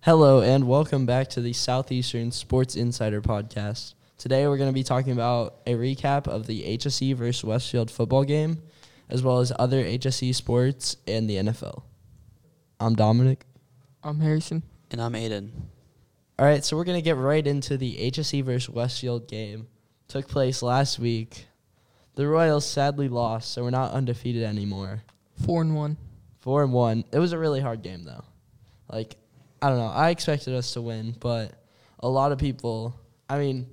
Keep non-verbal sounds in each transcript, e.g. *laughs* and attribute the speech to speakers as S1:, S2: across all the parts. S1: Hello and welcome back to the Southeastern Sports Insider Podcast. Today we're going to be talking about a recap of the HSE versus Westfield football game, as well as other HSE sports and the NFL. I'm Dominic.
S2: I'm Harrison.
S3: And I'm Aiden.
S1: All right, so we're going to get right into the HSE versus Westfield game. Took place last week. The Royals sadly lost, so we're not undefeated anymore.
S2: Four and one.
S1: Four and one. It was a really hard game though. Like I don't know. I expected us to win, but a lot of people. I mean,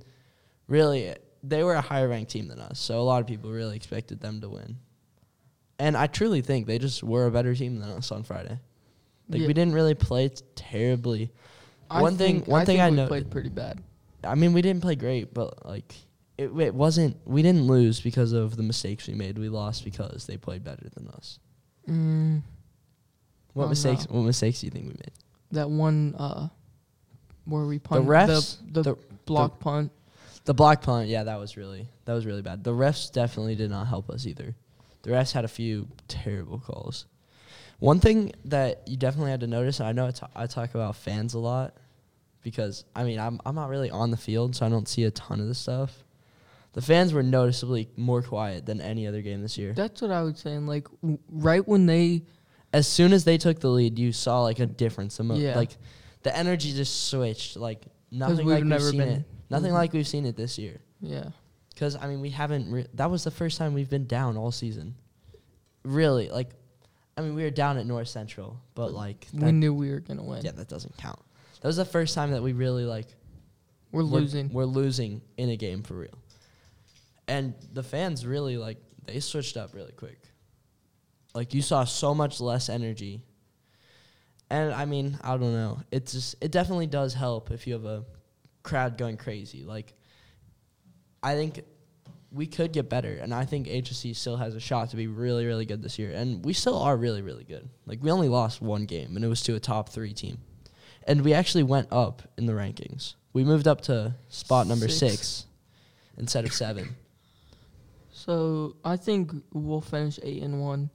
S1: really, they were a higher ranked team than us, so a lot of people really expected them to win. And I truly think they just were a better team than us on Friday. Like
S2: Yeah.
S1: we didn't really play t- terribly. one thing-
S2: think-
S1: one thing
S2: think
S1: I
S2: we
S1: know-
S2: played pretty bad.
S1: I mean, we didn't play great, but like it, it wasn't. We didn't lose because of the mistakes we made. We lost because they played better than us.
S2: Mm,
S1: What
S2: Oh,
S1: mistakes? What mistakes do you think we made?
S2: that one uh, where we punt
S1: refs,
S2: the, the,
S1: the-
S2: block punt.
S1: The block punt, yeah, that was really that was really bad. The refs definitely did not help us either. The refs had a few terrible calls. One thing that you definitely had to notice, and I know I ta- I talk about fans a lot because I mean I'm I'm not really on the field, so I don't see a ton of the stuff. The fans were noticeably more quiet than any other game this year.
S2: That's what I would say. And like w- right when they
S1: As soon as they took the lead, you saw like a difference. The mo-
S2: Yeah.
S1: Like the energy just switched. Like nothing
S2: we've
S1: like we've
S2: never
S1: seen
S2: been-
S1: it. Nothing
S2: Mhm.
S1: like we've seen it this year.
S2: yeah
S1: Because, I mean, we haven't. Re- that was the first time we've been down all season. Really. Like, I mean, we were down at North Central, but, like,
S2: we
S1: that,
S2: knew we were gonna win.
S1: yeah, that doesn't count. That was the first time that we really, like,
S2: We're losing.
S1: We're losing in a game for real. And the fans really, like, they switched up really quick. Like, you saw so much less energy. And, I mean, I don't know. It just, it definitely does help if you have a crowd going crazy. Like, I think we could get better, and I think HSC still has a shot to be really, really good this year. And we still are really, really good. Like we only lost one game, and it was to a top three team, and we actually went up in the rankings. We moved up to spot number six,
S2: Six.
S1: instead of seven.
S2: So I think we'll finish eight and one.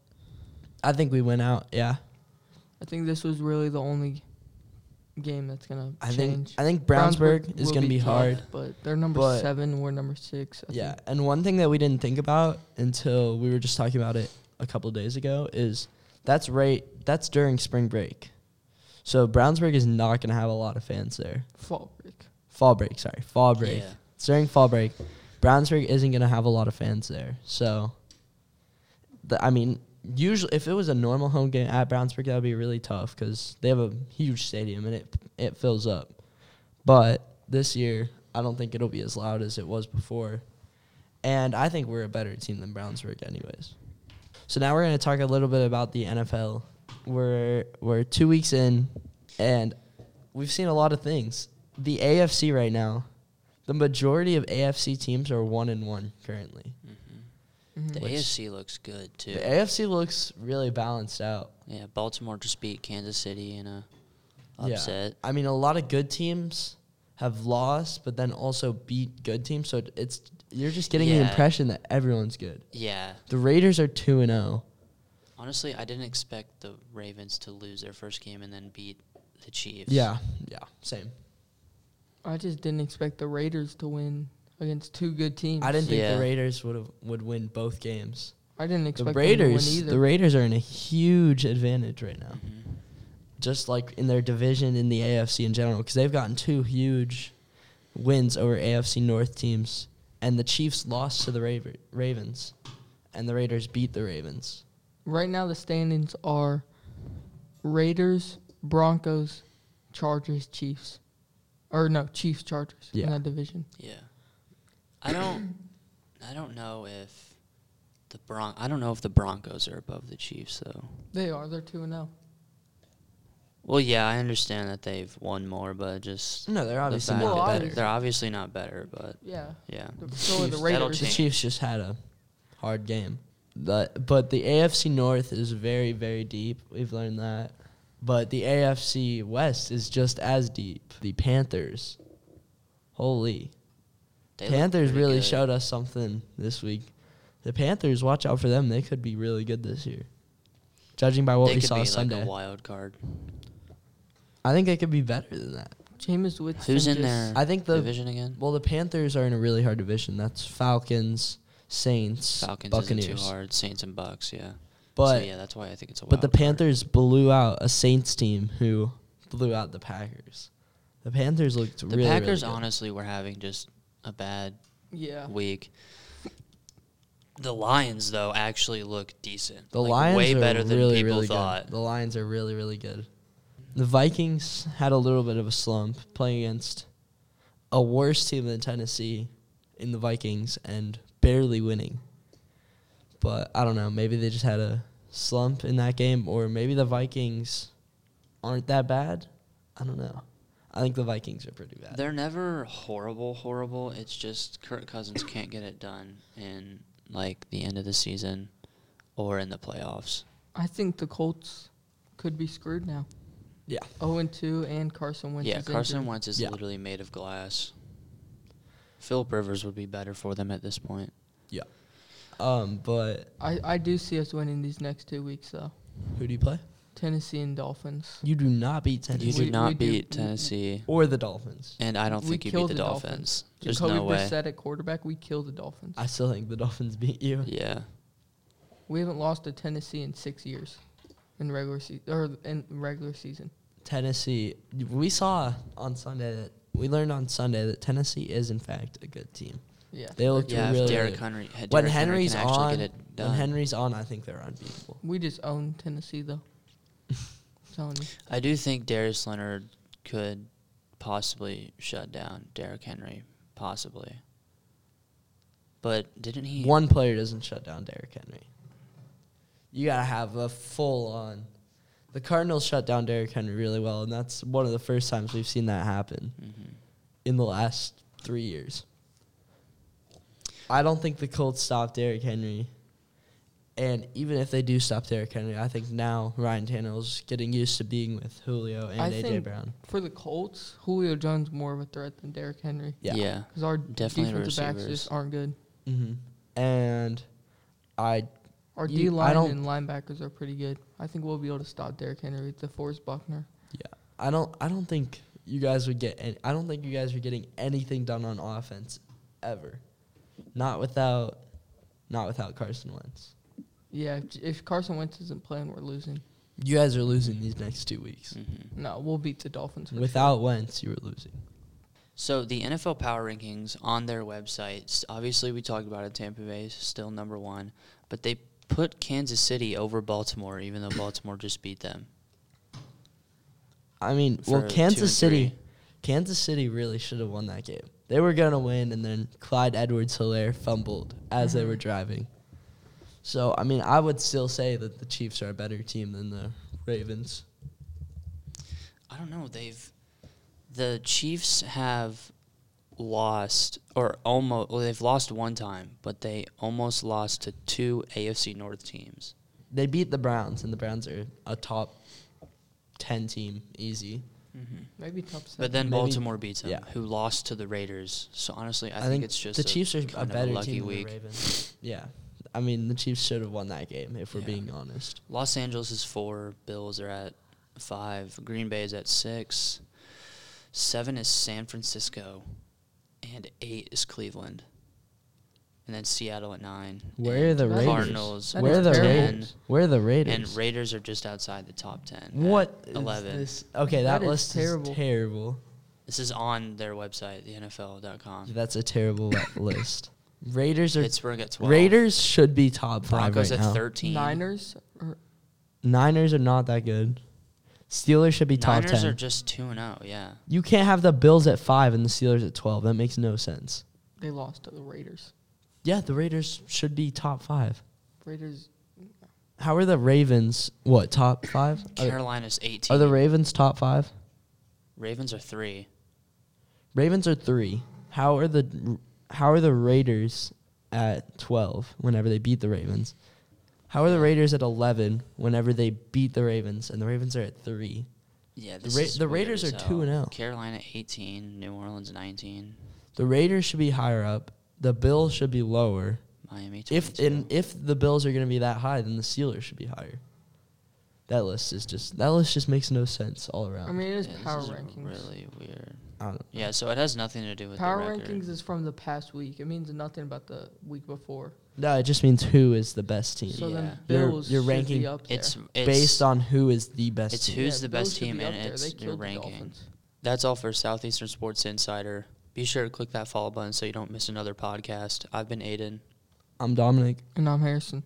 S1: I think we went out. Yeah,
S2: I think this was really the only game that's gonna
S1: I think
S2: change.
S1: I think Brownsburg, is
S2: will
S1: going to be
S2: tough,
S1: hard.
S2: but they're number
S1: but-
S2: seven. We're number six. I
S1: Yeah,
S2: think.
S1: and one thing that we didn't think about until we were just talking about it a couple days ago is that's right. That's during spring break, so Brownsburg is not going to have a lot of fans there.
S2: fall break.
S1: Fall break, sorry, fall break.
S3: Yeah.
S1: It's during fall break. Brownsburg isn't going to have a lot of fans there, so. The, I mean, usually if it was a normal home game at Brownsburg, that would be really tough because they have a huge stadium and it it fills up. But this year, I don't think it'll be as loud as it was before. And I think we're a better team than Brownsburg, anyways. So now we're going to talk a little bit about the NFL. We're we're two weeks in, and we've seen a lot of things. The AFC right now, the majority of AFC teams are one and one currently.
S3: Mm-hmm.
S2: Mm-hmm.
S3: The
S1: Which-
S3: AFC looks good too.
S1: The AFC looks really balanced out.
S3: yeah, Baltimore just beat Kansas City in a
S1: Yeah.
S3: upset.
S1: I mean, a lot of good teams have lost, but then also beat good teams. So it- it's you're just getting the
S3: Yeah.
S1: impression that everyone's good.
S3: Yeah.
S1: The Raiders are two and oh. zero.
S3: Honestly, I didn't expect the Ravens to lose their first game and then beat the Chiefs.
S1: Yeah, yeah, same.
S2: I just didn't expect the Raiders to win against two good teams.
S1: I didn't think
S3: Yeah.
S1: the Raiders would have would win both games.
S2: I didn't expect
S1: The
S2: them
S1: Raiders,
S2: to win either.
S1: the Raiders are in a huge advantage right now,
S3: Mhm.
S1: just like in their division in the AFC in general, because they've gotten two huge wins over AFC North teams, and the Chiefs lost to the Raver- Ravens, and the Raiders beat the Ravens.
S2: right now, the standings are Raiders, Broncos, Chargers, Chiefs, or no Chiefs, Chargers
S1: Yeah.
S2: in that division.
S3: Yeah.
S1: *coughs*
S3: I don't I don't know if the Bron I don't know if the Broncos are above the Chiefs though.
S2: They are. They're two and oh. zero.
S3: Well, yeah, I understand that they've won more, but just
S1: No, they're
S3: the
S1: Mm. obviously
S3: fact
S1: not
S2: Well,
S3: that
S1: better.
S3: They're obviously not better, but
S2: Yeah.
S3: yeah.
S2: The- so are the
S3: That'll
S2: Raiders.
S1: The
S3: change.
S1: Chiefs just had a hard game. But, but the AFC North is very, very deep. We've learned that. But the AFC West is just as deep. The Panthers. Holy.
S3: They look
S1: Panthers
S3: pretty
S1: really
S3: good.
S1: showed us something this week. The Panthers, watch out for them. They could be really good this year. Judging by what
S3: they
S1: we
S3: could
S1: saw
S3: be
S1: Sunday.
S3: like a wild card.
S1: I think they could be better than that.
S2: Jameis Winston.
S3: Who's in
S2: just-
S3: their
S1: I think the
S3: division again?
S1: well, the Panthers are in a really hard division. That's Falcons, Saints,
S3: Falcons
S1: Buccaneers.
S3: isn't too hard. Saints and Bucks, yeah.
S1: But
S3: so, yeah, that's why I think it's a.
S1: but the
S3: wild card.
S1: Panthers blew out a Saints team who blew out the Packers. The Panthers looked
S3: The
S1: really really
S3: Packers
S1: good.
S3: honestly were having just a bad
S2: Yeah.
S3: week. The Lions though actually look decent.
S1: The
S3: Like,
S1: Lions
S3: way
S1: are
S3: better than
S1: really,
S3: people
S1: really
S3: thought.
S1: Good. The Lions are really really good. The Vikings had a little bit of a slump playing against a worse team than Tennessee in the Vikings and barely winning. But I don't know, maybe they just had a slump in that game or maybe the Vikings aren't that bad. I don't know. I think the Vikings are pretty bad.
S3: They're never horrible, horrible. It's just Kirk Cousins can't get it done in like the end of the season or in the playoffs.
S2: I think the Colts could be screwed now.
S1: Yeah.
S2: 0 and 2 and Carson Wentz.
S3: yeah,
S2: is
S3: Carson
S2: injured.
S3: Wentz is
S1: Yeah.
S3: literally made of glass. Philip Rivers would be better for them at this point.
S1: um, but
S2: I, I do see us winning these next two weeks, though.
S1: who do you play?
S2: Tennessee and Dolphins.
S1: You do not beat Tennessee
S3: You do
S2: We-
S3: not
S2: we do-
S3: beat Tennessee,
S1: or the Dolphins.
S3: and I don't
S2: we
S3: think you beat
S2: killed
S3: the
S2: the
S3: Dolphins.
S2: Dolphins.
S3: There's
S2: Jacoby
S3: no way.
S2: Brissett at quarterback, we killed the Dolphins.
S1: I still think the Dolphins beat you.
S3: Yeah.
S2: we haven't lost to Tennessee in six years, in regular season or in regular season.
S1: Tennessee. We saw on Sunday that we learned on Sunday that Tennessee is in fact a good team.
S2: Yeah,
S1: They looked
S3: Yeah,
S1: really
S3: if Derrick
S1: good.
S3: Henry, Derrick
S1: when
S3: Henry
S1: Henry's
S3: can actually
S1: on.
S3: get it
S1: When
S3: done.
S1: Henry's on, I think they're unbeatable.
S2: we just own Tennessee though. *laughs* I'm telling you.
S3: I do think Darius Leonard could possibly shut down Derrick Henry, possibly. But didn't he?
S1: One player doesn't shut down Derrick Henry. You gotta have a full on. The Cardinals shut down Derrick Henry really well, and that's one of the first times we've seen that happen
S3: Mhm.
S1: in the last three years. I don't think the Colts stop Derrick Henry. And even if they do stop Derrick Henry, I think now Ryan Tannehill's getting used to being with Julio and
S2: I
S1: AJ
S2: think-
S1: Brown.
S2: For the Colts, Julio Jones more of a threat than Derrick Henry
S1: Yeah.
S3: yeah.
S2: because our
S3: Definitely the
S2: defensive backs
S3: receivers.
S2: just aren't good.
S1: hmm And I
S2: Our
S1: You-
S2: D
S1: I
S2: line
S1: don't-
S2: and linebackers are pretty good. I think we'll be able to stop Derrick Henry with the Forrest Buckner.
S1: I don't I don't think you guys would get any, I don't think you guys are getting anything done on offense ever. Not without not without Carson Wentz.
S2: Yeah, if, if Carson Wentz isn't playing, we're losing.
S1: You guys are losing these next two weeks.
S3: hmm
S2: No, we'll beat the Dolphins. for
S1: Without Wentz, you were losing.
S3: So the NFL power rankings on their websites, obviously we talked about it. Tampa Bay is still number one, but they put Kansas City over Baltimore, even though Baltimore just beat them.
S1: I mean, well,
S3: for two and
S1: Kansas City,
S3: three.
S1: Kansas City really should have won that game. They were gonna win, and then Clyde Edwards-Hilaire fumbled as they were driving. So, I mean, I would still say that the Chiefs are a better team than the Ravens.
S3: I don't know. They've the Chiefs have lost or almost. Well, they've lost one time, but they almost lost to two AFC North teams.
S1: They beat the Browns, and the Browns are a top ten team, easy.
S2: sure. maybe top seven.
S3: But then
S1: Maybe-
S3: Baltimore beats them,
S1: yeah.
S3: who lost to the Raiders. So honestly, I,
S1: I,
S3: think,
S1: think
S3: it's just
S1: the Chiefs are a
S3: kind of
S1: better
S3: lucky
S1: team
S3: week.
S1: than the Ravens. Yeah, I mean, the Chiefs should have won that game if we're
S3: Yeah.
S1: being honest.
S3: Los Angeles is four. Bills are at five. Green Bay is at six. Seven is San Francisco, and eight is Cleveland. And then Seattle at nine.
S1: Where are
S3: and
S1: the Raiders?
S3: Cardinals.
S2: That
S1: Where
S2: is
S1: are the
S2: terrible.
S1: Raiders? Where are the Raiders?
S3: And Raiders are just outside the top ten. at
S1: What is
S3: Eleven. This?
S1: this? Okay, that,
S2: That is
S1: list
S2: terrible.
S1: is terrible.
S3: is on their website, the NFL.com.
S1: That's a
S3: *coughs*
S1: terrible li- list. Raiders are
S3: Pittsburgh at twelve.
S1: Raiders should be top five
S3: Broncos
S1: right
S3: at
S1: now.
S3: thirteen.
S2: Niners er, are
S1: Niners are not that good. Steelers should be top
S3: Niners
S1: ten.
S3: are just two and zero. Yeah.
S1: you can't have the Bills at five and the Steelers at twelve. That makes no sense.
S2: they lost to the Raiders.
S1: Yeah, the Raiders should be top five.
S2: Raiders
S1: How are the Ravens? What top five? Are,
S3: Carolina's eighteen.
S1: are the Ravens top five?
S3: Ravens are three.
S1: Ravens are three. How are the How are the Raiders at twelve? Whenever they beat the Ravens, how are the Raiders at eleven? Whenever they beat the Ravens, and the Ravens are at three.
S3: Yeah,
S1: Ra- the Raiders are oh. 2-0.
S3: and Carolina 18, New Orleans 19,
S1: The Raiders should be higher up. The Bills should be lower.
S3: Miami 22.
S1: If and if the Bills are going to be that high, then the Steelers should be higher. That list is just that list just makes no sense all around.
S2: I mean, it is
S3: Oh, Yeah, this
S2: power
S3: is
S2: rankings.
S3: Really weird.
S1: I don't know.
S3: Yeah, so it has nothing to do with
S2: Power
S3: the record.
S2: rankings is from the past week. It means nothing about the week before.
S1: No, it just means who is the best team.
S2: So
S3: Yeah.
S2: then
S1: Your-
S2: Bills
S1: your
S2: should
S1: ranking-
S2: be up there.
S3: It's, it's
S1: based on who is the best
S3: it's
S1: team.
S3: who- who's the
S2: Bills
S3: best
S2: should be
S3: team
S2: up
S3: and
S2: there.
S3: it's
S2: They
S3: your
S2: killed the
S3: ranking.
S2: Dolphins.
S3: That's all for Southeastern Sports Insider. Be sure to click that follow button so you don't miss another podcast. I've been Aiden.
S1: I'm Dominic.
S2: And I'm Harrison.